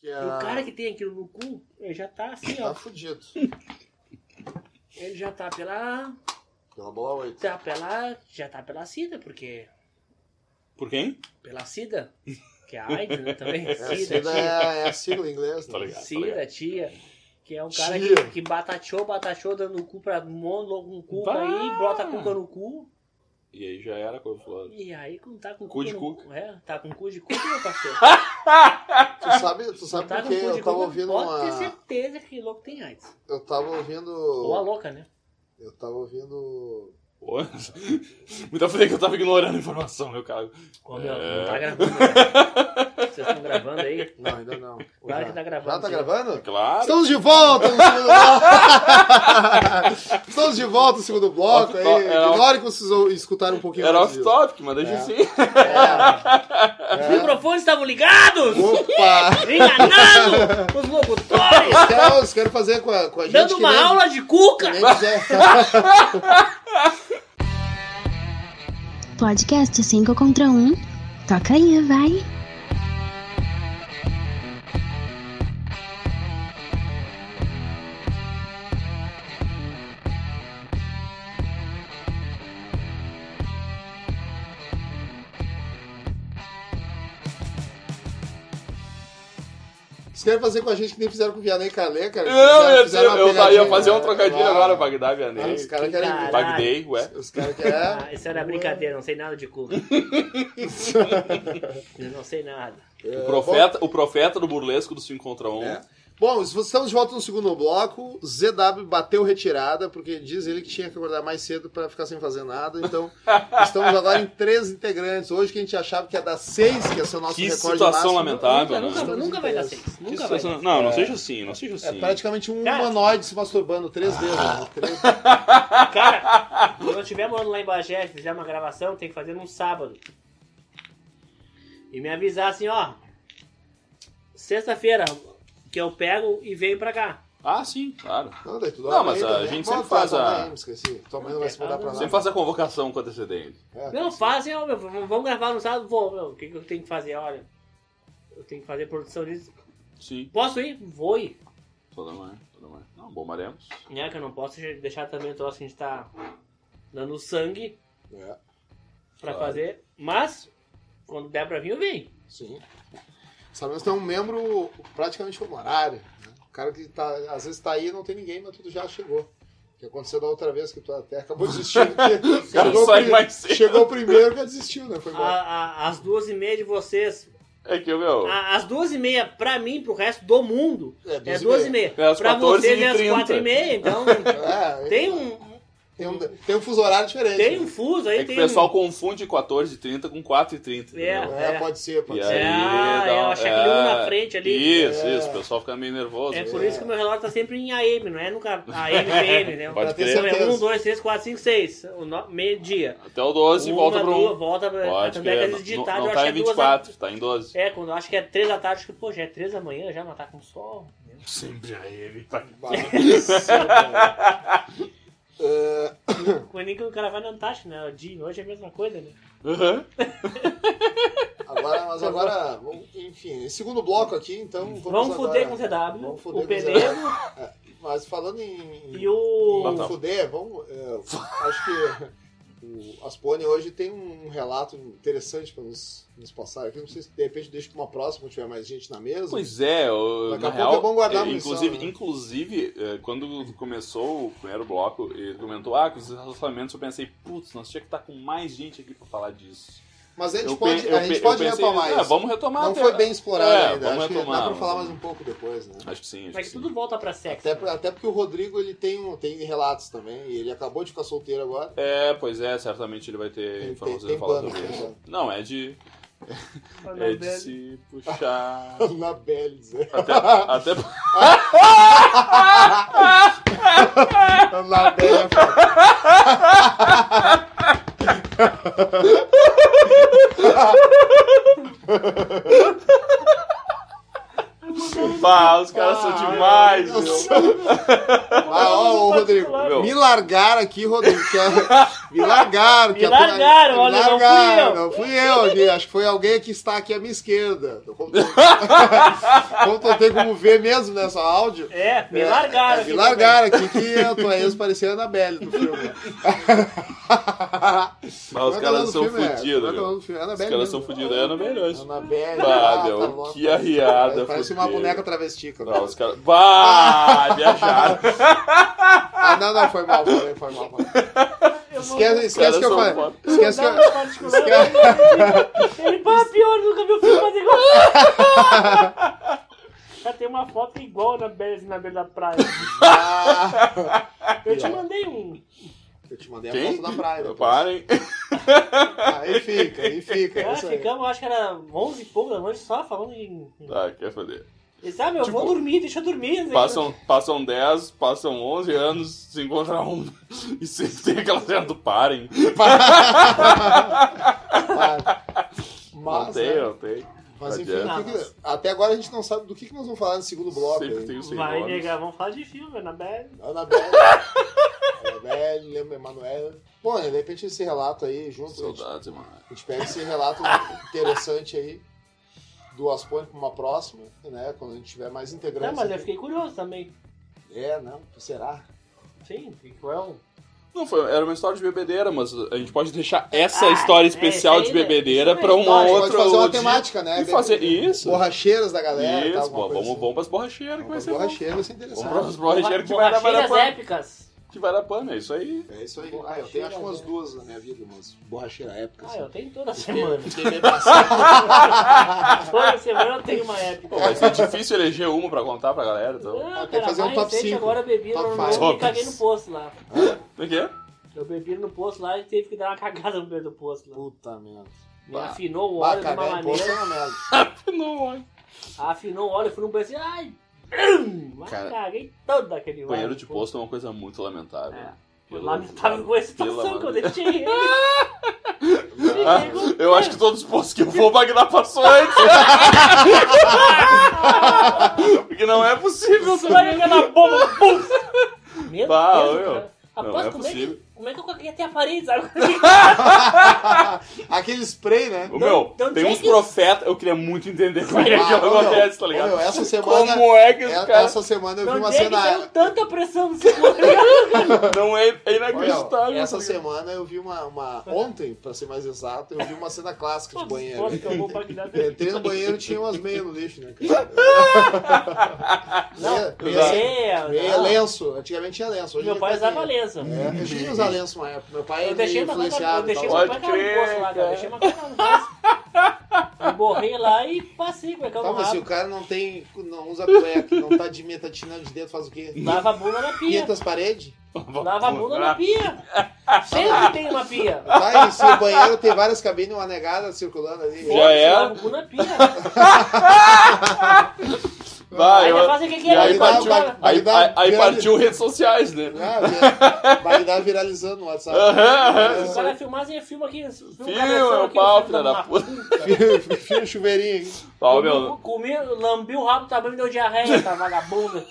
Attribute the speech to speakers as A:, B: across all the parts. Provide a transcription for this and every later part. A: Que é...
B: E o cara que tem aquilo no cu, ele já tá assim,
A: Tá
B: ó.
A: fudido.
B: Ele já tá pela.
A: Pela é bola 8.
B: Tá pela. Já tá pela SIDA, porque.
C: Por quem?
B: Pela SIDA, que é a AIDS, né? Também.
A: É, a
B: SIDA,
A: sigla
B: tia.
A: é, é a sigla em inglês.
C: Tá
A: Né?
C: ligado, tá ligado.
B: Cira, tia, que é um cara
A: Tia.
B: que, que batateou, batateou, dando o cu pra um mono com cuca
C: Bah!
B: aí, bota a cuca no cu,
C: E aí já era coisa falou.
B: e aí quando tá com
C: Cu de
B: no
C: cuca.
B: cu. É, tá com cu de cuca, meu parceiro.
A: Tu sabe, tu sabe
B: Quando tá
A: por
B: com
A: quê?
B: cu de
A: Eu tava
B: cuca,
A: ouvindo
B: pode ter
A: uma.
B: certeza que louco tem AIDS.
A: Eu tava ouvindo.
B: Ou a louca, né?
A: Eu tava ouvindo.
C: Muita falei que eu tava ignorando a informação, meu cara.
B: Ô, meu, não
C: É.
B: tá gravando. Né? Vocês estão gravando aí?
A: Não, ainda não.
B: Claro que tá gravando,
A: Já tá
B: sim.
A: gravando?
C: Claro.
A: Estamos de volta no segundo bloco. Estamos de volta no segundo bloco.
C: Off top,
A: Aí.
C: é,
A: Ignore que vocês ou- escutaram um pouquinho
C: Era
A: mais disso.
C: off-topic, mas deixa
A: É.
C: assim.
A: É,
B: Os microfones estavam ligados!
A: Opa!
B: Enganando os locutores!
A: Os caras querem fazer com a, com a gente.
B: Dando
A: que
B: uma
A: nem-
B: aula de
A: que
B: cuca!
A: nem quiser.
D: Podcast 5 contra 1. Toca aí, vai.
A: Vocês querem fazer com a gente que nem fizeram com o Vianney Calé, cara?
C: Não,
A: Fizeram-
C: eu,
A: fizeram
C: eu,
A: uma
C: eu, eu
A: pegadinha,
C: ia fazer um
A: né?
C: trocadilho
A: Claro.
C: agora, Bagdá,
A: Ah,
C: Vianney.
A: os caras querem. né?
B: Caralho.
C: Bagdei, ué.
A: Os caras querem. é,
B: Ah, isso era brincadeira, não sei nada de cuca. Eu não sei nada.
C: O profeta, né? o profeta do burlesco do Um. 5 contra 1.
A: É. Bom, se vocês estamos de volta no segundo bloco. ZW bateu retirada, porque diz ele que tinha que acordar mais cedo para ficar sem fazer nada. Então, estamos agora em três integrantes. Hoje que a gente achava que ia dar seis, que ia ser o nosso
C: Que
A: recorde
C: situação
A: máximo.
C: lamentável,
B: nunca,
C: né?
B: nunca, nunca vai dar seis.
C: Que
B: Nunca vai dar
C: situação...
B: seis.
C: Não, não seja assim, não seja
A: É
C: assim.
A: praticamente um
B: Cara.
A: humanoide se masturbando
C: Ah.
A: três vezes. né? Três-
B: Cara, quando eu estiver morando lá em Bagé, fizer uma gravação, tem que fazer num sábado. E me avisar assim, ó. Sexta-feira que eu pego e venho pra cá.
C: Ah, sim, claro.
A: Não, daí tu
C: Não,
A: dorme
C: mas
A: ainda,
C: a
A: né?
C: gente
A: Bom,
C: sempre
A: tá,
C: faz
A: tua
C: a-
A: mãe, me esqueci. Tua mãe não vai se mudar pra lá.
C: Sempre faz a convocação com antecedente.
A: É,
B: Não, fazem, ó, meu, v- vamos gravar no sábado, vou, meu, o que, que eu tenho que fazer? Olha, eu tenho que fazer produção disso.
C: Sim.
B: Posso ir? Vou ir.
C: Toda mãe, toda mãe. Não, bombaremos.
B: Né, que eu não posso deixar também o troço que a gente tá dando sangue
A: é,
B: pra
C: Claro.
B: fazer. Mas, quando der pra vir, eu venho.
A: sim. Sabemos que é um membro praticamente honorário. né? O cara que tá, às vezes tá aí e não tem ninguém, mas tudo já chegou. O que aconteceu da outra vez que tu até acabou desistindo. porque
C: cara
A: chegou
C: sai
A: pri-
C: mais cedo.
A: Chegou primeiro que desistiu, né?
C: Tá
A: Foi
B: Ah,
A: embora.
B: A- a- Às duas e meia de vocês.
C: É que, meu.
B: a- Às duas e meia, pra mim, pro resto do mundo,
A: É,
B: é
A: duas e
B: duas e meia.
C: É às
B: Pra
C: 14
B: vocês
C: e
B: é às
C: 30.
B: quatro e meia, então
A: É,
B: tem um,
A: tem, um, tem um fuso horário diferente. né?
B: tem um fuso aí.
C: É que
B: tem
C: o pessoal
B: um...
C: confunde 14h30 com 4h30. entendeu?
B: É.
A: É, pode ser, pode
C: E
A: ser.
C: aí,
B: Ah,
C: dá
B: é, eu achei aquele um na frente ali.
C: Isso,
A: É.
C: isso, o pessoal fica meio nervoso. Assim.
B: É por isso que o meu relógio tá sempre em AM, não é nunca AM, PM, né?
C: Pode
A: ter
B: Então é
A: certeza.
B: 1, 2, 3, 4, 5, 6. Meio-dia.
C: Até o 12 e
B: Uma,
C: volta pro
B: duas,
C: 1.
B: volta pra.
C: Pode
B: tanto é que
C: crer,
B: às vezes de
C: não,
B: tarde
C: não
B: eu
C: tá
B: acho
C: em
B: que é duas
C: 24, tá em 12.
B: É, quando eu acho que é três da tarde, acho que, pô, já é três da manhã, já, mas tá com sol.
C: Sempre a ele, tá
B: Quando é nem que o cara vai na Antártica, né? Dia e noite é a mesma coisa, né?
A: Agora, mas agora, vamos- enfim, esse segundo bloco aqui, então. Vamos,
B: Vamos
A: agora-
B: fuder com o CW,
A: Vamos fuder
B: o
A: com
B: Penedo
A: Mas falando em.
B: e o.
C: Vamos
A: Vamos fuder, vamos. é, acho que o Aspone hoje tem um relato interessante pra nos, nos passar aqui. Não sei se de repente deixa pra uma próxima, quando tiver mais gente na mesa.
C: Pois é, eu,
A: Daqui
C: na
A: a pouco
C: real,
A: é bom guardar a
C: eh,
A: munição,
C: inclusive,
A: né?
C: inclusive, eh, quando começou o primeiro bloco, ele comentou, ah, com os relacionamentos, eu pensei, putz, nós tinha que estar com mais gente aqui pra falar disso.
A: Mas a gente
C: Eu
A: pode,
C: pe- eu
A: a gente
C: pe-
A: pode
C: eu pensei,
A: retomar
C: ah,
A: isso.
C: vamos retomar.
A: não
C: até-
A: foi bem explorado
C: É,
A: ainda.
C: vamos
A: Acho que
C: retomar,
A: dá pra
C: vamos-
A: falar mais um pouco depois, né?
C: Acho que sim, acho
B: Mas
C: que
B: que
C: sim.
B: tudo volta pra sexo.
A: Até, por- até porque o Rodrigo ele tem, um- tem relatos também, e ele acabou de ficar solteiro agora.
C: É, pois é, certamente ele vai ter
A: Tem-
C: informações
A: tem-
C: pra falar
A: tem
C: sobre
A: pano,
C: isso.
A: tem
C: Não, é de,
B: Mas não
C: é de
B: deve.
C: se puxar.
A: Na Belis, né?
C: Até, até,
A: Na Belis.
C: Pá, os caras
A: Ah,
C: são
A: é.
C: demais,
A: Deus.
C: meu.
B: tá
A: Ah, ó, ô, Rodrigo.
C: Meu.
A: Me largar aqui, Rodrigo, que é- Me largaram.
B: Me
A: que a pena-
B: largaram, olha, não fui eu.
A: Não fui eu aqui. Acho que foi alguém que está aqui à minha esquerda. Como tu, como tu tem como ver mesmo nessa áudio.
B: É, me
A: é,
B: largaram.
A: é,
B: aqui
A: me largaram aqui que a tua ex parecia a Annabelle do filme. é
C: Mas os caras são fodidos, meu.
A: Os
C: Os caras são fodidos, é na melhor.
A: Annabelle.
C: Ah,
A: ah,
C: meu,
A: tá louco.
C: que arriada,
A: Parece uma
C: fudeu.
A: boneca travesti. cara.
C: Não, os caras. Bah, viajaram.
A: Ah, não, não, foi mal, foi, foi mal. Foi. mal.
B: Eu vou-
A: Esquece, esquece
C: Os caras
A: que eu
C: são
A: falei.
C: foda.
A: Esquece que
B: Não,
A: eu.
B: particular,
A: Esquece...
B: Ele pá, pior, nunca viu filme fazer igual. Já tem uma foto igual na beira, na beira da praia.
A: Ah,
B: Eu te mandei um.
A: eu te mandei a
C: Quem?
A: foto da praia. depois.
C: Parem.
A: Aí fica, aí fica. é
B: Cara,
A: isso aí.
B: ficamos, acho que era 11 e pouco da noite, só falando em...
C: Tá, quer foder.
B: Ele sabe, eu vou
C: Tipo, um
B: dormir, deixa eu dormir.
C: Passam, passam 10, passam 11 anos, se encontra um. E sempre tem aquela cena do parem. não
A: Mas,
C: tem,
A: né,
C: não tem.
A: mas
C: Não
A: enfim,
C: adianta.
A: o que que- até agora a gente não sabe do que, que nós vamos falar no segundo bloco.
C: Sempre
A: aí.
C: tem o sem
B: Vai,
C: nomes.
B: nega, vamos falar de filme, Anabelle.
A: Anabelle, Anabelle, lembra Emanuel. Bom, né, de repente esse relato aí, junto, a gente,
C: Saudades, mano.
A: a gente pega esse relato interessante aí do Aspone pra uma próxima, né? Quando a gente tiver mais
B: Não,
A: integrantes.
B: mas eu
A: aqui.
B: fiquei curioso também.
A: É, não, será?
B: Sim, qual é o...
C: Não, foi, era uma história de bebedeira, mas a gente pode deixar essa
B: Ah,
C: história
B: é,
C: especial
B: isso
C: de
B: aí,
C: bebedeira
B: isso é aí.
C: pra uma
B: Pode-
A: pode
C: outra.
A: fazer uma
C: Um dia
A: temática, né?
C: E fazer isso.
A: Borracheiras da galera.
C: Isso,
A: tá, alguma
C: pô,
A: coisa
C: vamos, vamos pras borracheiras que vai
A: Vamos
C: ser
A: pra
C: bom.
A: borracheira, vai ser
C: Vamos
A: interessante.
C: pras borracheiras que vai dar vai dar
B: Borracheiras
C: pano.
B: épicas.
C: Que vai dar pano, é isso aí.
A: É isso aí. Ah, eu tenho acho umas duas na minha vida, umas assim. borracheiras épicas.
B: Ah, eu tenho toda semana.
A: Fiquei meio passado.
B: Toda semana eu tenho uma épica.
C: Pô, vai ser difícil eleger uma pra contar pra galera, então.
B: Ah,
A: Tem que
B: cara,
A: fazer um
B: mais
A: top
B: recente
A: cinco.
B: agora eu bebi
A: Top
B: no
A: five.
B: novo e
C: Tops.
B: caguei no poço lá.
C: O quê?
B: Eu bebi no poço lá e teve que dar uma cagada no meio do poço lá.
A: Puta merda.
B: Me
C: Bah.
B: afinou o
A: Bah,
B: óleo de uma
A: cagar em posto é
B: maneira.
A: uma merda.
C: Não,
B: Afinou o óleo, eu fui num banheiro assim, ai! brum, Mas
C: Cara,
B: caguei todo aquele óleo.
C: Banheiro de posto é uma coisa muito lamentável.
B: É.
C: Pelo-
B: Lamentável com a
C: pela-
B: situação que eu deixei.
C: Ah, eu acho que todos os postos que eu vou, o Magna passou antes. né? Porque não é possível
B: Você vai
C: também.
B: ligar na bomba, pum! Meu
C: Bah,
B: Deus,
C: meu.
B: cara.
C: Não,
B: Aposto,
C: é
B: como, é que,
C: possível.
B: como é que eu caguei até a parede, sabe?
A: Aquele spray, né?
C: Ô,
B: Não-
C: meu,
B: não
C: tem
B: tinha
C: uns
B: que-
C: profetas. Eu queria muito entender como é que aquilo
A: ô, meu,
C: acontece, tá
A: Ah, ô,
C: ligado?
A: meu, essa semana.
C: Como é que os
A: é-
C: caras.
A: Essa semana eu vi
B: Não
A: uma
B: tem que
A: cena.
C: um
B: ter tanta pressão no seu corpo.
C: Não é, é
A: Ô, meu,
C: inacreditável.
A: essa
C: tá ligado?
A: semana eu vi uma, uma. Ontem, pra ser mais exato, eu vi uma cena clássica de banheiro.
B: Foda que eu vou bagnar dele.
A: Entrei no banheiro e tinha umas meias no lixo, né, cara? Meia- meia-
B: É,
A: meia
B: não.
A: lenço. Antigamente tinha lenço. Hoje
B: Meu
A: em
B: pai
A: dia
B: usava
A: tem.
B: lenço.
A: É, eu cheguei a usar lenço uma época. Meu pai
B: Eu
A: é
B: deixei
A: meio
B: uma
A: influenciado e
B: cagada, eu deixei
A: tal.
B: uma
C: Pode
B: cagada no poço lá, cara.
C: crer,
B: Eu deixei uma cagada no poço. Eu borrei lá e passei é com aquela
A: Tá, mas se o
B: rápido.
A: cara não tem. não usa cueca, não tá de metatinando de dentro, faz o quê?
B: Lava a bunda na pia.
A: Pinta as paredes?
B: Lava a bunda
A: ah.
B: na pia. Sempre tem uma pia.
A: Tá, e se o banheiro tem várias cabines, uma negada circulando ali.
C: Já é?
B: Lava a bunda na pia.
C: Vai,
B: Aí
C: Ah, eu-
B: vai fazer o que que
C: E
B: é.
C: aí
A: Vai dar-
C: partiu,
A: vai- vai
C: aí,
A: dar-
C: aí- aí
A: grande-
C: partiu redes sociais, né?
A: Ah, vira- vai dar viralizando no WhatsApp.
C: Aham,
B: O cara filmar, assim, filma aqui. Filma
C: Fio,
B: o cabeção
C: é o
B: aqui,
C: pau,
B: filho
C: filha da puta.
A: Fio um chuveirinho.
C: Ó,
B: Comi,
C: meu.
B: comi, lambi o rabo, também me deu diarreia, essa vagabunda.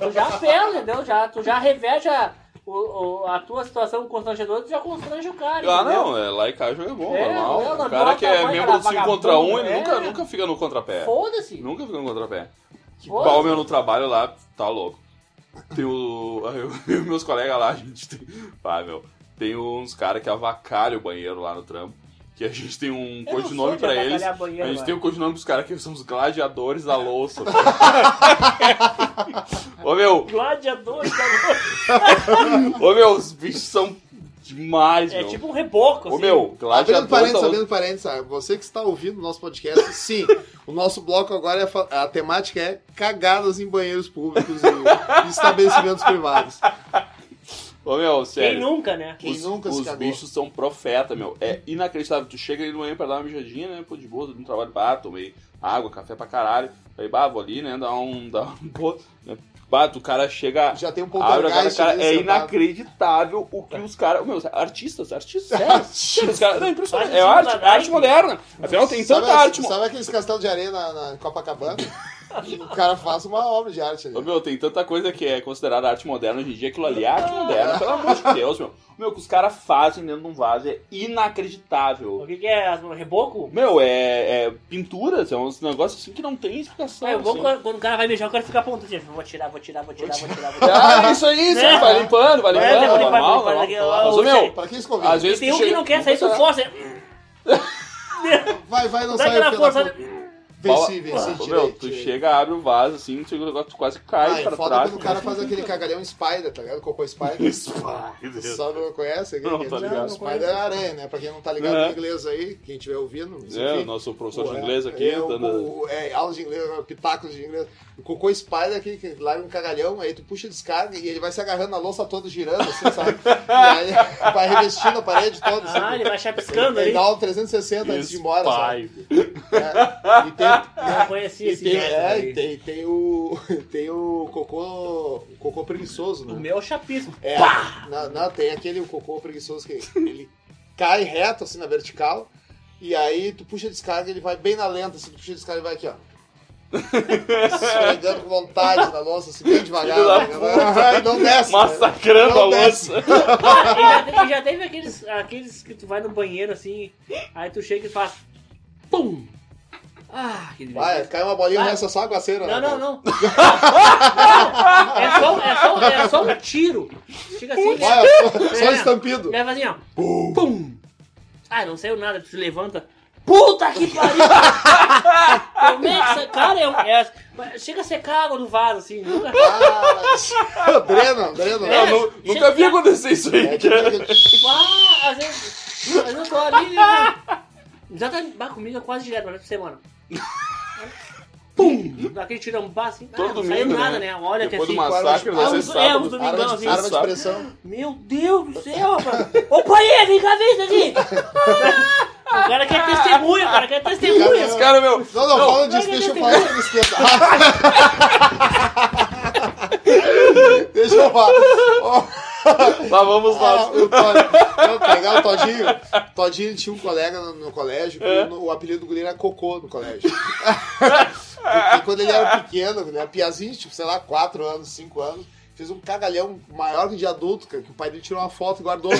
B: tu já pela, entendeu? Já, tu já reverte a, o- o- a tua situação constrangedora, tu já constrange o cara,
C: Ah,
B: entendeu?
C: não, é, lá e cá jogo é bom,
B: É,
C: normal.
B: não, não,
C: o cara que é
B: bota a
C: membro do
B: mãe,
C: 5
B: cara,
C: contra 1, ele
B: vagabundo,
C: nunca,
B: é.
C: nunca fica no contrapé.
B: Foda-se.
C: Nunca fica no contrapé. Que
B: Foda-se.
C: pau, meu, no trabalho lá, tá louco. Tem o. Eu, eu e meus colegas lá, a gente tem. Vai, meu. Tem uns caras que avacalham o banheiro lá no trampo. Que a gente tem um
B: não sou
C: codinome
B: de
C: pra eles.
B: avacalhar banheiro,
C: a gente
B: mano.
C: tem o codinome dos caras que são os gladiadores da louça. tá? Ô, meu,
B: Gladiador, tá
C: Ô meu, os bichos são demais,
B: É
C: meu.
B: tipo um reboco, assim.
C: Ô meu,
A: Abrindo
C: gladiador
A: parênteses,
C: tá
A: abrindo parênteses, sabe? você que está ouvindo o nosso podcast, sim, o nosso bloco agora, é fa- a temática é cagadas em banheiros públicos e estabelecimentos privados.
C: Ô meu,
B: Quem
C: sério.
B: nunca, né?
A: Quem
C: os,
A: nunca se
C: os
A: cagou?
C: bichos são profeta, meu. É inacreditável. Tu chega ali no banheiro pra dar uma mijadinha, né? Pô, de boa, no trabalho, bah, tomei água, café pra caralho. Aí, bah, vou ali, né? Dá um. Dá um pô, né? Bah, tu, o cara chega.
A: Já tem um
C: Abre a cara,
A: poltergeist
C: cara,
A: ali
C: é
A: sentado.
C: inacreditável o que os caras. Meu, artistas, artistas, sério. Os caras- não, é impressionante. É
B: Artistas
C: arte,
B: modernos.
C: arte moderna. Afinal, tem
A: Sabe,
C: tanta arte. mo-
A: sabe aqueles castelos de areia na, na Copacabana? O cara faz uma obra de arte ali.
C: Ô, meu, tem tanta coisa que é considerada arte moderna hoje em dia, aquilo ali é arte moderna, pelo amor de Deus, meu. Meu, o que os caras fazem dentro de um vaso é
B: O
C: inacreditável.
B: que, que é? as- Reboco?
C: Meu, é, é pintura, é uns negócios assim que não tem explicação.
B: É, eu vou,
C: assim.
B: quando, quando o cara vai mijar, o cara fica apontando assim, vou tirar, vou tirar, vou tirar, vou tirar, vou tirar.
C: Ah, é isso aí, isso aí, vai limpando, vai
B: É,
C: limpando,
B: vou limpar,
C: normal,
B: vou limpar
C: normal.
B: daqui,
C: Mas,
B: ó,
C: ô, meu,
A: Pra quem se convida?
C: às
B: E
C: vezes
B: tem
C: tu
B: um que
C: chega-
B: não quer sair, tu
C: Será?
B: força.
A: Vai, vai, não
B: Dá
A: sai.
B: aquela
A: filho da
B: força. né?
A: puta. Venci, venci,
C: Ô,
A: tirei.
C: meu, tu
A: tirei.
C: chega, abre o vaso, assim, tu, tu quase
A: Ah,
C: cai
A: e
C: pra
A: foda
C: trás. né?
A: quando o cara faz aquele cagalhão Spider, tá ligado? Cocô Spider. Só não conhece? aquele
C: Não,
A: que-
C: tá ligado.
A: Spider é aranha, né? Pra quem não tá ligado
C: Uhum.
A: em inglês aí, quem estiver ouvindo. mas
C: É,
A: enfim.
C: o nosso professor de
A: Ué,
C: inglês aqui,
A: eu,
C: dando...
A: o- É, aula de inglês, pitacos de inglês. O cocô Spider aqui, que larga um cagalhão, aí tu puxa a descarga e ele vai se agarrando na louça toda, girando, assim, sabe? e aí vai revestindo a parede toda,
B: Ah,
A: sabe?
B: ele vai chapiscando
A: Ele
B: ali.
A: dá um 360 antes de ir embora, sabe?
C: Spy.
A: É, e tem,
B: Não conheci
A: e
B: esse
A: tem,
B: gesto
A: é,
B: aí.
A: e tem, tem o. Tem o cocô. O cocô preguiçoso,
B: O
A: né?
B: meu é o chapisco.
A: É, não, não, tem aquele cocô preguiçoso que ele cai reto, assim, na vertical, e aí tu puxa a descarga, ele vai bem na lenta, assim, tu puxa a descarga, ele vai aqui, ó. Esfregando com vontade na louça, assim, bem devagar.
C: Filho da
A: né? Aham, e não desce. né?
C: Massacrando
A: Não
C: a
A: desce.
C: louça.
B: E já, te- e já teve aqueles, aqueles que tu vai no banheiro assim, aí tu chega e faz. Pum! Ah, que delícia.
A: Vai, cai uma bolinha,
B: Vai.
A: resta só aguaceira.
B: Não,
A: né,
B: não,
A: cara?
B: não. Não, É só, é só, é só um tiro. Chega assim, né?
A: Vai, ó, só, só
B: É.
A: estampido.
B: Leva assim, ó. Pum! Ah, não saiu nada, tu se levanta. Puta que pariu! Como é que essa cara é, um- é- mas Chega a secar água no vaso, assim. Nunca...
A: Ah, drena, drena.
B: É.
C: Eu nu- nunca vi acontecer isso aí,
A: É tipo
C: cara.
A: aquele-
B: Tipo, ah, às vezes. Mas eu tô ali, né? Já tá bah, comigo é quase direto, mas por semana. Pum! Daquele tirão bá assim. Ah, não
C: Todo
B: saiu
C: domingo,
B: nada,
C: né?
B: né? Olha
C: Depois
B: que
C: do
B: assim.
C: massacre,
A: quase-
C: você
A: Ah,
B: os- é, os
C: sabe.
B: domingos.
A: Arma
B: Domingão,
A: de,
B: assim,
A: arma de
C: sabe?
A: pressão.
B: Meu Deus do céu, rapaz! Ô pai, vem cá ver isso aqui! O cara quer testemunha, o cara quer testemunha!
C: Esse cara, meu...
A: Não, não, fala disso,
B: não,
A: deixa eu
B: não,
A: falar disso. Deixa eu falar. Ó,
C: Lá vamos
A: Ah,
C: lá.
A: o Todd- não, tá legal, o Todinho. Todinho tinha um colega no, no colégio, que o, o apelido do goleiro era Cocô no colégio. Porque quando ele era pequeno, né, piazinho, tipo, sei lá, 4 anos, 5 anos, fez um cagalhão maior que de adulto, cara, que o pai dele tirou uma foto e guardou.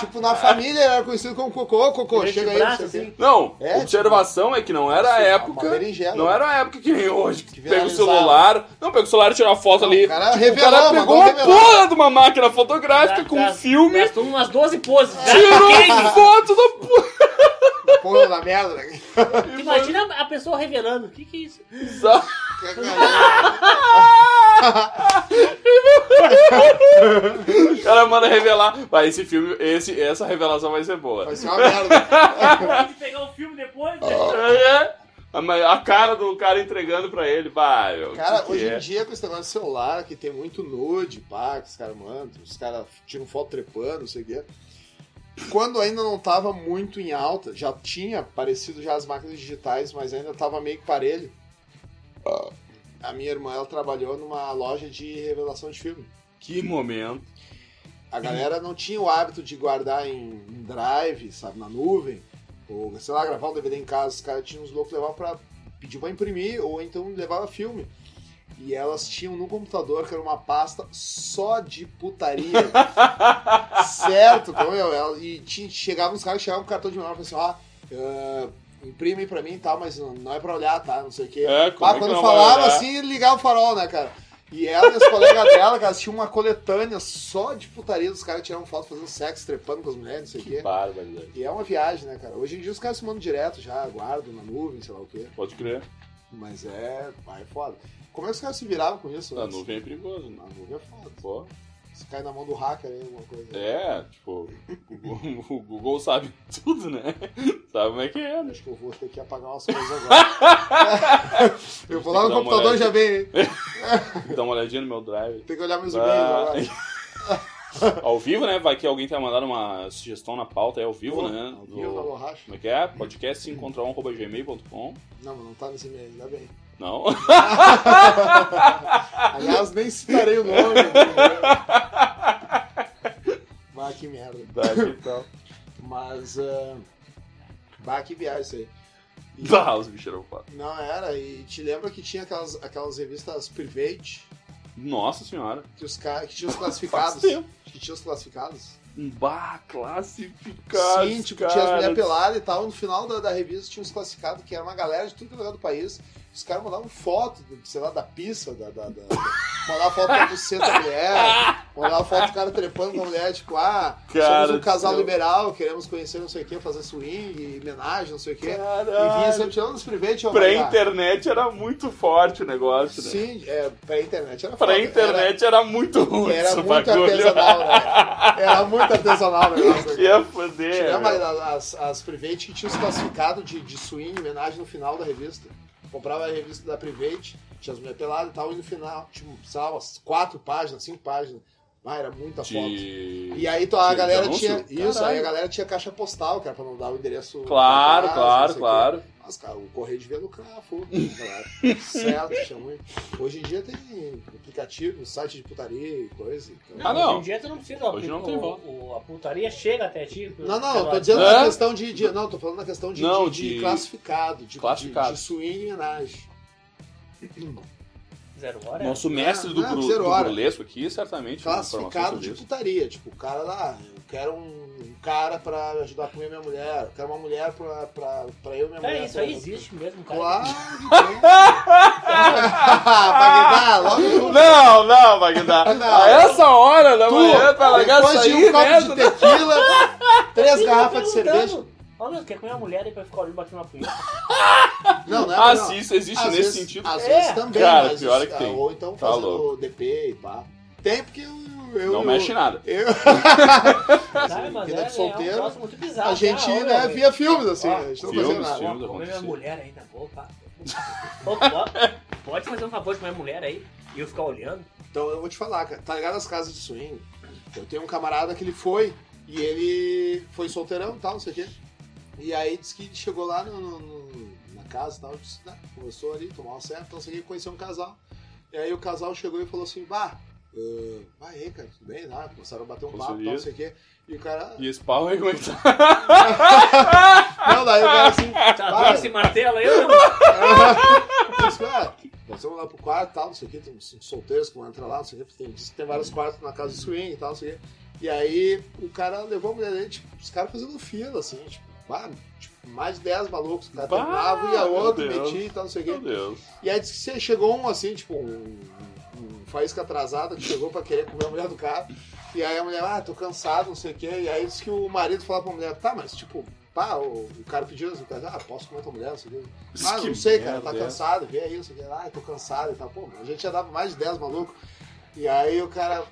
A: tipo, na família era conhecido como Cocô, Cocô,
B: Durante
A: chega
B: o
A: aí,
B: braço,
A: não sei o quê.
B: assim.
C: Não,
A: É,
C: observação é que não era a
A: Sim,
C: época.
A: uma berinjela.
C: Não era a época que nem hoje.
A: Que
C: Que pega o
A: viralizava.
C: celular. Não, pega o celular e tira a foto ali.
A: o cara
C: Tipo,
A: revelou,
C: o cara
A: mandou
C: pegou uma
A: revelar.
C: porra de uma máquina fotográfica com um
B: Gasta-
C: filme,
B: Gastou umas 12 poses.
C: tirou foto da porra.
A: Porra da merda. né?
B: Imagina a pessoa revelando. O que, que é isso?
C: O cara manda revelar. Vai, esse filme, esse, essa revelação vai ser boa.
A: Vai ser uma merda.
B: Pode pegar o filme depois? né?
C: É. A ma- A cara do cara entregando pra ele, vai, meu.
A: Cara,
C: que que
A: hoje
C: é?
A: em dia com esse negócio de celular, que tem muito nude, pá, que os caras mandam, os caras tiram foto trepando, não sei o quê. Quando ainda não tava muito em alta, já tinha aparecido já as máquinas digitais, mas ainda tava meio que parelho. A minha irmã, ela trabalhou numa loja de revelação de filme.
C: Que momento.
A: A galera não tinha o hábito de guardar em em drive, sabe, na nuvem, ou sei lá, gravar um DVD em casa. Os caras tinham uns loucos levar pra pedir pra imprimir, ou então levava filme. E elas tinham no computador, que era uma pasta só de putaria. certo? Então, eu, ela- e tinha, chegavam os caras que chegavam com cartão de memória e falavam assim: ó, ah, imprime pra mim e tal, mas não, não é pra olhar, tá? Não sei o quê.
C: É, como
A: Ah,
C: é que
A: quando
C: não vai
A: falava
C: olhar?
A: assim, ligava o farol, né, cara? E ela e os colegas dela, cara, tinham uma coletânea só de putaria dos caras tirando foto, fazendo sexo, trepando com as mulheres, não sei o quê.
C: Barbaridade.
A: E é uma viagem, né, cara? Hoje em dia os caras se mandam direto já, guardam na nuvem, sei lá o quê.
C: Pode crer.
A: Mas é. Ah, é foda. Como é que os caras se viravam com isso?
C: A
A: antes?
C: nuvem é perigoso, né?
A: Na nuvem é foda.
C: Pô.
A: Se cai na mão do hacker aí, alguma coisa.
C: É, tipo, o Google, o Google sabe tudo, né? Sabe como é que é, né?
A: Acho que eu vou ter que apagar umas coisas agora. eu vou lá no
C: Dá uma
A: computador
C: olhada.
A: já vem. hein?
C: Tipo, Dá uma olhadinha no meu drive.
A: Tem que olhar meus
C: Ah.
A: e-mails agora.
C: Ao vivo, né? Vai que alguém tenha mandado uma sugestão na pauta, é ao vivo, né?
A: Ao vivo,
C: Do-
A: na borracha.
C: Como é que é? Podcast se encontrar um arroba gmail.com.
A: Não, mas não tá nesse e-mail, ainda bem.
C: Não.
A: Aliás, nem citarei o nome. né? entendeu? bah, que merda.
C: Tá, que tal.
A: Mas. ah, bah, que viagem isso aí. E-
C: Bah, os bichos eram foda.
A: Não era, e te lembra que tinha aquelas, aquelas revistas private
C: Nossa senhora.
A: que, os ca... que tinha os
C: Faz
A: classificados?
C: tempo. Um
A: que tinha os classificados?
C: Bah, classificados.
A: Sim, tipo,
C: caras.
A: tinha as mulheres peladas e tal. No final da, da revista tinha uns classificados que era uma galera de tudo que é lugar do país. Os caras mandavam foto, do- sei lá, da pista, da. da, da, da mandavam foto da buceta da mulher, mandavam foto do cara trepando com a mulher, tipo, ah,
C: Cara
A: somos um
C: do
A: casal
C: céu.
A: liberal, queremos conhecer não sei o que, fazer swing, homenagem, não sei o que. né? E vinha
C: Caralho.
A: sempre tirando os privates, ó, cara.
C: Pré-internet era muito forte o negócio, né?
A: Sim, é, pré-internet era foda.
C: Pra internet era, muito ruim
A: Era, era
C: esse
A: muito
C: bagulho.
A: artesanal, né? Era muito artesanal o negócio.
C: Que ia foder.
A: Tinha
C: É, meu.
A: as, as Private que tinha os classificados de, de swing, homenagem no final da revista. Comprava a revista da Private, tinha as mulheres peladas e tal, e no final, tipo, sei lá, umas quatro páginas, cinco páginas. Ah, era muita foto.
C: De-
A: E aí tu- a
C: de- de
A: galera
C: anúncio?
A: tinha. Isso, aí
C: Caralho.
A: a galera tinha caixa postal, cara, pra não dar o endereço.
C: Claro,
A: pra casa, não
C: claro,
A: sei o
C: claro.
A: quê. Mas, cara, o correio devia lucrar, foda, galera. certo, tinha muito. Hoje em dia tem aplicativo, site de putaria e coisa. então-
C: Ah, não.
B: Hoje em dia tu não precisa.
C: Hoje
B: o-
C: não tem
B: o-
C: volta.
B: o- A putaria chega até ti.
A: Não, não, eu
B: Agora,
A: tô dizendo
C: Hã?
A: na questão de, de- Não, tô falando na questão de,
C: Não,
A: de- de
C: de-
A: classificado, de,
C: Classificado.
A: de, de swing e homenagem.
B: Zero hora.
C: Nosso mestre do,
A: Ah,
C: gru-
A: zero
C: do
A: hora.
C: burlesco aqui, certamente. tem informação
A: Classificado
C: sobre
A: de
C: isso.
A: putaria. Tipo, o cara lá, eu quero um cara pra ajudar a comer minha mulher, eu quero uma mulher pra, pra, pra eu e minha
B: Cara,
A: mulher.
B: É isso aí existe mesmo, cara.
A: Claro que tem. Bagdá, logo tu.
C: Não, não, Magda. A essa hora da manhã, tá pra largar
A: depois de um
C: sair
A: copo
C: nessa...
A: de tequila, três
B: Sim,
A: garrafas de
B: perguntando.
A: cerveja.
B: Ó, meu, quer comer uma mulher e pra ficar olhando batendo na punheta.
A: Não, não é
C: Ah,
A: não.
C: sim, isso existe
A: Às
C: nesse
A: vezes- ah,
C: sentido.
A: Às
B: É.
A: vezes também,
C: Cara,
A: mas
C: pior
A: isso-
C: é que tem.
A: Ou então
C: Tá
A: fazendo
C: louco.
A: DP e pá. Tem porque eu. eu
C: Não
A: eu,
C: mexe em nada.
A: Eu,
B: Cara, mas
A: vida
B: é,
A: de solteiro,
B: é um troço muito bizarro.
A: a gente
B: cara,
A: né,
B: olha, velho.
A: via filmes assim,
B: Ó,
A: a gente não fazia
C: Filmes,
A: nada.
C: filmes
B: Comer minha
C: acontecem.
B: mulher ainda, vou, pá. Ô, pode- Pode fazer um favor de comer mulher aí e eu ficar olhando.
A: Então eu vou te falar, cara. Tá ligado as casas de swing? Eu tenho um camarada que ele foi e ele foi solteirão e tal, não sei o quê. E aí disse que chegou lá no- no- no- na casa e tal, disse, né, começou ali, tomar uma certa, não sei o quê, conheceu um casal. E aí o casal chegou e falou assim, bah, ah, vai aí, cara, tudo bem, né? Começaram a bater um papo, tal, não sei o quê. E o cara.
C: E esse pau aí, como é que tá?
A: Não, daí o cara assim.
B: Tá
A: "Bah,
B: dando esse martelo aí, eu não.
A: Diz que, ah, nós vamos lá pro quarto e tal, não sei o que, tem uns solteiros que vão entrar lá, não sei o que, tem, diz que tem vários quartos na casa de swing e tal, não sei o que. E aí o cara levou a mulher dele, tipo, os caras fazendo fila, assim, tipo, bah, tipo, mais de 10 malucos, o cara
C: Bah,
A: terminava e a
C: meu
A: outra
C: Deus.
A: metia e tal, não sei o
C: Meu
A: que.
C: Deus.
A: E aí diz que se- chegou um assim, tipo, um, um faísca atrasada que chegou pra querer comer a mulher do cara. E aí a mulher, ah, tô cansado, não sei o que. E aí diz que o marido falava pra mulher, tá, mas tipo, pá, o, o cara pediu, assim, o cara, ah, posso comer tua mulher, não sei o que. Ah, não sei, cara, tá
C: merda, é.
A: cansado, vê aí, isso aqui. Ah, tô cansado e tal. Pô, a gente já dava mais de 10 maluco. E aí o cara.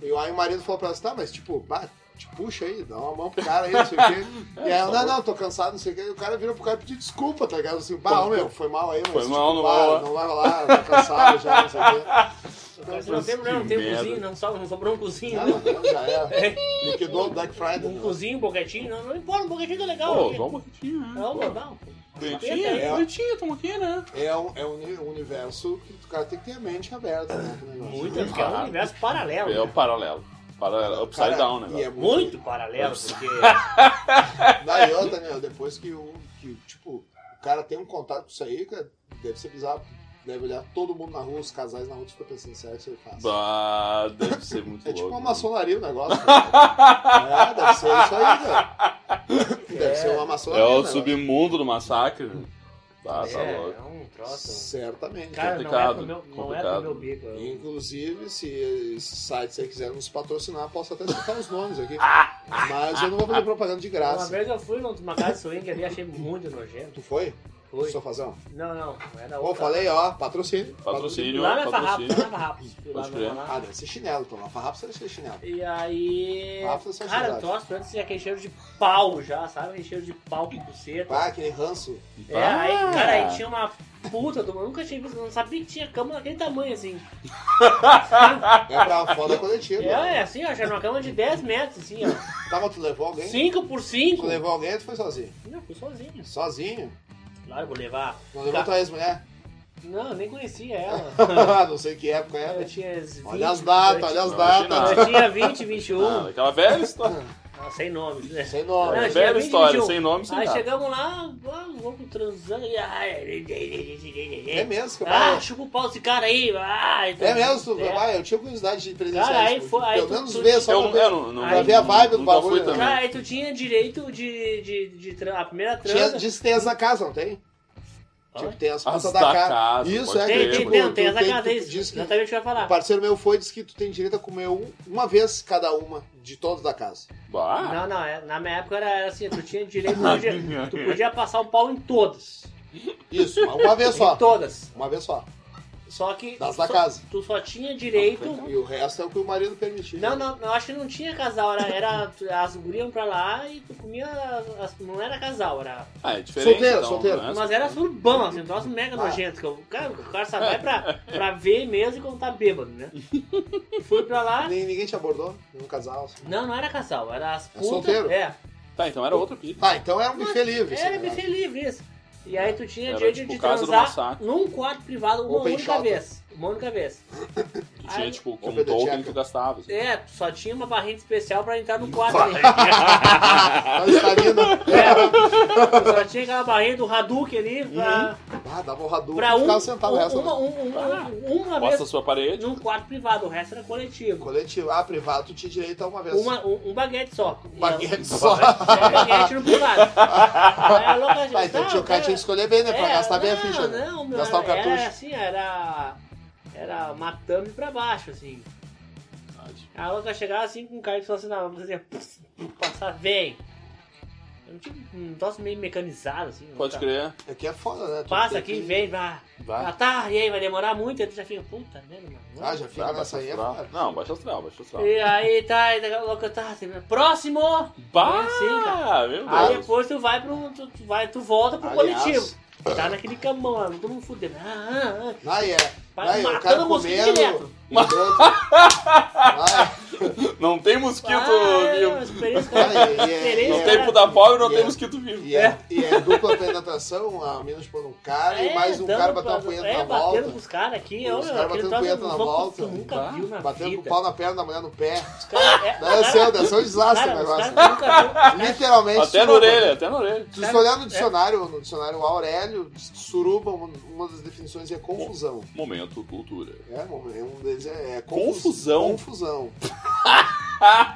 A: E aí o marido falou pra ela assim, tá, mas tipo, bah, te puxa aí, dá uma mão pro cara aí, não sei o quê. E aí
C: Tá
A: ela, não, não, tô cansado, não sei o quê. E o cara virou pro cara pedir desculpa, tá ligado? Assim, bah, ô, meu, foi mal aí, mas
C: Foi
A: tipo,
C: mal, não
A: bah,
C: vai rolar."
A: não vai rolar, tô cansado já, não sei o quê. Então,
B: Mas não tem mulher, não tem
C: merda.
B: cozinho, não, só, não sobrou um cozinho.
A: Ah,
B: né?
A: não, já era.
C: É.
A: Liquidou o Black Friday. né?
B: Um cozinho, um boquetinho, não, não importa, um boquetinho tá legal.
C: Pô,
B: aqui.
C: dá um pouquinho, né?
B: Não,
C: Pô,
B: não, não.
C: Dentinho,
A: É.
C: dentinho, toma aqui, né?
A: É um, é um uni- universo que o cara tem que ter a mente aberta, né? pro negócio.
B: Muito, porque é um universo paralelo.
C: É o
B: né?
C: paralelo. Paralelo, upside
A: Cara,
C: down,
A: E é
C: né?
B: Muito paralelo, porque.
A: Daí outra, né? Depois que o. Que, tipo, o cara tem um contato com isso aí, cara, deve ser bizarro. né? Deve olhar todo mundo na rua, os casais na rua, fica pensando, será que isso aí faz?
C: Bah, deve ser muito
A: É tipo
C: louco. né?
A: uma maçonaria o negócio. cara. é, deve ser isso aí, cara. Deve ser uma
C: É
A: maçonaria.
C: o
A: né?
C: submundo do massacre. né? Bah, tá
B: É,
C: louco.
B: é um troço.
A: Certamente.
B: Cara, não é
C: Complicado,
B: pro meu, não é pro
C: complicado.
B: meu bico. eu-
A: Inclusive, se esse site se quiser nos patrocinar, posso até citar os nomes aqui. Mas eu não vou fazer propaganda de
B: Uma
A: graça.
B: vez eu fui numa casa de swing ali, achei muito nojento.
A: Tu foi?
B: Fui.
A: Só fazer um.
B: Não, não, não era
A: Pô,
B: outra.
A: falei, ó, patrocínio.
C: Patrocínio,
B: Lá na Farrapos, lá
C: patrocínio.
B: na Farrapos. Fui lá
C: Pode
B: na
C: crer.
A: Ah,
B: Farrapos.
A: deve ser chinelo, então. Na farrapa deve ser chinelo.
B: E aí.
A: Farrapos é só
B: Cara,
A: cidade.
B: o troço antes tinha aquele cheiro de pau já, sabe? Aquele cheiro de pau com buceta.
A: Pá, aquele ranço.
B: É, aí, cara,
C: Ah.
B: aí tinha uma puta do. Eu nunca tinha visto, não sabia que tinha cama daquele tamanho assim.
A: É pra foda coletiva.
B: É, é assim, ó, já era uma cama de 10 metros, assim, ó.
A: Tá, mas tu levou alguém?
B: 5 por
A: Tu
B: 5.
A: levou alguém ou tu foi sozinho?
B: Não, fui sozinho.
A: Sozinho?
B: Claro, eu vou levar.
A: Não levou tua ex-mulher?
B: Não, eu nem conhecia ela.
A: não sei que época
B: Eu
A: era.
B: tinha 20,
A: É, né? Olha as datas, olha
B: eu
A: as
C: Não,
A: datas.
C: imagina.
B: tinha- Eu tinha 20, 21.
C: Ah, aquela velha história.
B: Ah, um. sem nomes, né?
A: Sem nome. É
B: Não,
C: Bela
B: me
C: história,
B: dirigiu.
C: sem nome, sem
B: um- Aí
C: nada.
B: chegamos lá, vamos transando e. ai,
A: É mesmo, que eu
B: Ah,
A: paro.
B: chupa o pau esse cara aí. Ah,
A: É mesmo, tu,
B: É.
A: vai, eu tinha curiosidade de presenciar
B: Cara, aí
A: isso.
B: foi- aí
A: Pelo
B: tu-
A: menos
B: tu-
A: ver só
C: Eu,
A: uma
C: eu
A: vez.
C: não, não,
B: Pra
A: ver a vibe do
C: nunca
A: bagulho,
C: fui
A: né?
C: também.
B: um Cara, aí tu tinha direito de. de, de, tran- a primeira
A: Tinha,
B: transa.
A: diz que tem as da casa, não tem?
B: Ah,
A: Tipo, tem as
C: As
A: contas
C: da
A: da, casa.
C: casa,
A: Isso,
C: pode
A: é
B: Tem,
C: crer,
A: que,
C: pode
B: tem,
A: tipo,
B: tem, tem
A: tu
B: essa
A: tem-
B: casa
A: tu
B: aí.
A: diz que-
B: Exatamente o que eu ia
A: O
B: falar.
A: parceiro meu foi e disse que tu tem direito a comer um- uma vez cada uma, de todos da casa.
C: Bah.
B: Não, não, é- na minha época era, era assim, tu tinha direito, tu podia, tu podia passar o pau em todas.
A: Isso, mas uma vez
B: Em
A: só.
B: todas.
A: Uma vez só.
B: Só que.
A: Das da
B: só-
A: casa.
B: Tu só tinha direito.
A: E o resto é o que o marido permitiu.
B: Não, não, eu acho que não tinha casal, era, era tu- as gurias iam pra lá e tu comia, as- as- não era casal, era,
C: Ah, é diferente.
A: Solteiro,
C: então,
A: solteiro.
C: né?
B: mas é era urbano, assim, um negócio mega
A: Ah.
B: nojento, que eu, cara, o cara só vai pra, pra ver mesmo e quando tá bêbado, né? Fui pra lá,
A: Nem, ninguém te abordou? Nenhum casal? assim.
B: não, não era casal, era as putas,
A: solteiro?
B: é,
C: Tá, então era outro pico.
A: Ah, então era um buffet livre. esse
B: era
A: negócio.
B: buffet É, livre isso. E aí tu tinha
C: Era
B: direito
C: tipo
B: de
C: casa do
B: transar
C: massacre.
B: num quarto privado uma
A: Open
B: única
A: shop.
B: vez, uma única vez.
C: Tu
B: Ai,
C: tinha, tipo, que
A: Open the
C: um token
A: checker.
C: que tu gastava. assim.
B: É, tu só tinha uma barrinha especial pra entrar no quarto. ali.
A: Mas tá vindo.
B: É, só tinha aquela barrinha do Hadouken ali pra,
A: Ah, dava um radu
B: É. pra
A: e
B: um,
A: ficava sentado o
B: um-
A: resto.
B: uma,
A: né?
B: um- um- um- uma
C: Posta a
B: vez
C: sua parede.
B: num quarto privado, o resto era coletivo.
A: Coletivo, ah, privado, tu tinha direito a uma vez.
B: Uma, um, um baguete só.
A: Baguete
B: E-
A: só.
B: Só baguete no privado. Aí a louca disse,
A: Tá, então
B: "Não,
A: tinha, o cara
B: cara,
A: tinha que escolher bem, né? Pra
B: é,
A: gastar bem a
B: não,
A: ficha. né?
B: Não, meu,
A: gastar o
B: era-
A: cartucho.
B: Era assim, era. Era matame pra baixo, assim.
C: Ah, tipo,
B: A louca chegava assim com o cara e falava assim, não, vamos fazer. Passar, vem. Eu não tinha um troço meio mecanizado, assim.
C: Pode
B: tá?
C: crer.
A: É que é foda, né? Tu
B: Passa
A: tem
B: aqui,
A: que-
B: vem, vá.
C: Vai.
B: Ah, tá, e aí, vai demorar muito? Aí tu já fica, puta merda, mano.
A: Ah, já fica
C: Ah,
A: nessa
C: baixa
A: aí. é
C: astral.
A: foda.
C: Não, baixa astral, baixa astral.
B: E aí, tá, e daqui a pouco, tá, assim, próximo!
C: Bah!
B: É assim, cara.
C: Meu
B: Aí
C: Deus.
B: depois tu vai pro. Tu, tu vai, tu volta pro
A: Aliás.
B: coletivo. Tá naquele camão, lá, todo mundo fudendo. Ah, ah, ah.
A: Ah, é.
B: Vai
A: Ah, é, o cara
B: matando mosquito
A: comendo.
B: direto.
A: Ah,
C: Não tem
A: tipo,
C: mosquito
B: Ah, é, uma
C: vivo.
B: experiência,
A: Ah, é,
B: cara.
A: é,
B: Experiência,
A: é.
C: Não
B: cara.
C: tem puta pobre, não
A: E
C: tem
A: é-
C: mosquito vivo.
A: E é, e é dupla penetração, a mina chupando um cara e mais um
B: É, dando
A: cara bateu
B: pra-
A: uma punheta
B: é,
A: na
B: batendo
A: volta.
B: com os caras aqui.
A: Os
B: eu-
A: caras batendo
B: aquele troço
A: punheta
B: eu
A: na
B: não-
A: volta.
B: Tu nunca
C: Bah,
B: viu na
A: Batendo com
B: vida.
A: o pau na perna da mulher no pé.
B: Os caras- é,
A: Não, eu sei, eu sei, é um desastre
B: cara,
A: o
B: os
A: negócio.
B: caras nunca viu-
A: Literalmente.
C: Até na
A: suruba.
C: orelha, até na orelha.
A: Se você olhar no dicionário, no dicionário Aurélio, suruba, uma- uma das definições é confusão.
C: Momento cultura.
A: É, é um deles é, é
C: Confusão.
A: Confusão.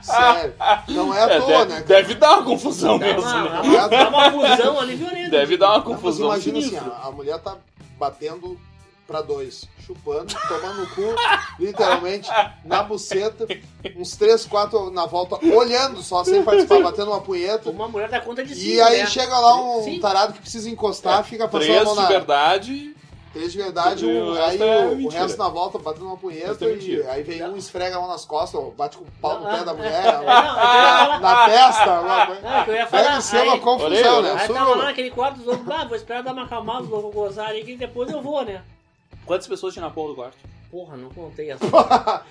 A: Sério. Não é à
C: É,
A: toa,
C: deve,
A: né? cara?
C: deve dar uma confusão
A: é
C: mesmo, né?
B: Dá uma- dá uma fusão ali violenta.
C: Deve dar uma
A: Não, mas
C: confusão
A: imagina assim,
C: sinistra.
A: a, a mulher tá batendo pra dois, chupando, tomando no cu, literalmente, na buceta, uns três, quatro na volta, olhando só, sem participar, batendo uma punheta.
B: Uma mulher dá conta de si.
A: E aí
B: né?
A: chega lá um
B: Sim.
A: tarado que precisa encostar, fica passando a
C: É, Três
A: mão
C: de
A: na...
C: verdade.
A: Três de verdade, um,
C: O
A: aí
C: resto é
A: o- o,
C: mentira.
A: resto na volta batendo uma
C: resto
A: punheta
C: é
A: e
C: mentira.
A: aí vem um, esfrega a mão nas costas, ó, bate com o pau no
B: Ah,
A: pé da
B: é.
A: mulher,
B: É, não, é que eu ia
A: na,
B: falar-
A: na testa, alguma coisa.
B: Não, é que eu ia falar.
A: Deve ser uma
B: aí-
A: confusão,
C: Olha
A: né?
B: Aí
A: Sou-
B: tava lá naquele quarto, os loucos, ah, vou esperar dar uma acalmada, os loucos gozar ali, que depois eu vou, né?
C: Quantas pessoas tinha na porra do quarto?
B: Porra, não contei essa.
A: Era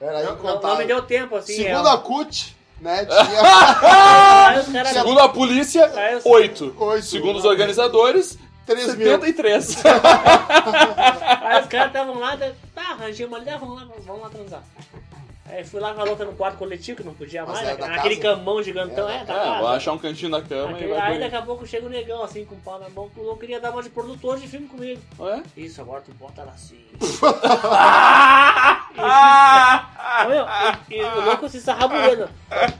B: Não, não, não me
A: incontável.
B: deu tempo, assim.
A: Segundo a CUT, né, tinha
B: é. Aí os caras.
C: Segundo a polícia,
B: Ah, eu sei.
C: oito.
A: Oito.
C: Segundo os organizadores,
A: 3 mil.
C: 73.
B: Aí os caras estavam lá, da- tá, arranjei uma ali, ah, vamos lá, vamos lá transar. Aí fui lá com a louca no quarto coletivo, que não podia
A: Mas
B: mais,
A: era da
B: naquele
A: casa?
B: camão gigantão,
A: Era
B: é,
A: da
B: da
C: É,
B: casa.
C: vai achar um cantinho da
A: é
C: cama
B: Aquele-
C: e vai
B: aí
C: por
B: daqui a pouco chega o negão assim, com o pau na mão, eu queria dar uma de produtor de filme comigo.
C: Ué?
B: Isso, agora tu bota ela assim.
C: Ah!
B: Olha, e, e o louco se sarrabulhando.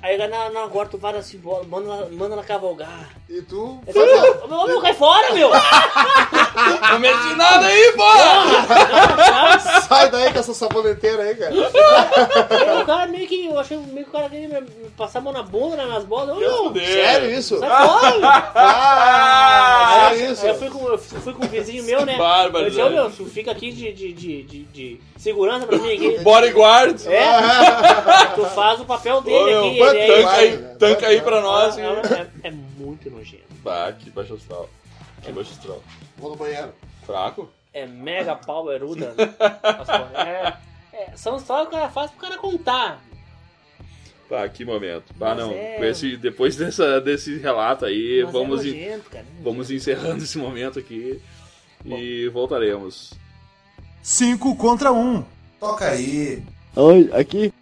B: Aí eu, não, não, agora tu vai assim, bora, manda, ela- manda ela cavalgar.
A: E tu.
B: Eu falei, "Ô, meu, ô, meu, cai fora, meu!
C: Não mete nada aí, porra!
A: Sai daí com essa saboneteira aí, cara.
B: Aí o cara meio que, eu achei meio que o cara queria me- me passar a mão na bunda, né, nas bolas. Eu, não,
C: É.
A: Sério isso?
B: sai fora, meu!
A: Ah,
B: Aí
A: sério
B: eu-
A: isso?
B: Eu fui com, eu fui com um vizinho meu, né?
C: É Bárbaro,
B: eu disse, ô
C: né?
B: meu, tu fica aqui de, de, de, de, de segurança pra mim aqui.
C: Bodyguard!
B: É, tu faz o papel
C: Ô,
B: dele
C: meu,
B: aqui. Ele é,
C: tanca
A: vai,
C: aí,
A: né?
C: tanca aí pra
B: Ah,
C: nós.
B: é, é muito nojento.
C: Bah, que baixo astral. Que baixo astral.
A: Vou no banheiro.
C: Fraco?
B: É mega poweruda. né? É, é, são histórias que o cara faz pro cara contar.
C: Bah, que momento. Bah,
B: Mas
C: não.
B: é-
C: com esse- depois dessa- desse relato aí,
B: Mas
C: vamos,
B: é
C: en-
B: nojento, cara.
C: vamos encerrando esse momento aqui e voltaremos.
E: 5 contra 1. Toca aí.
F: Oi, aqui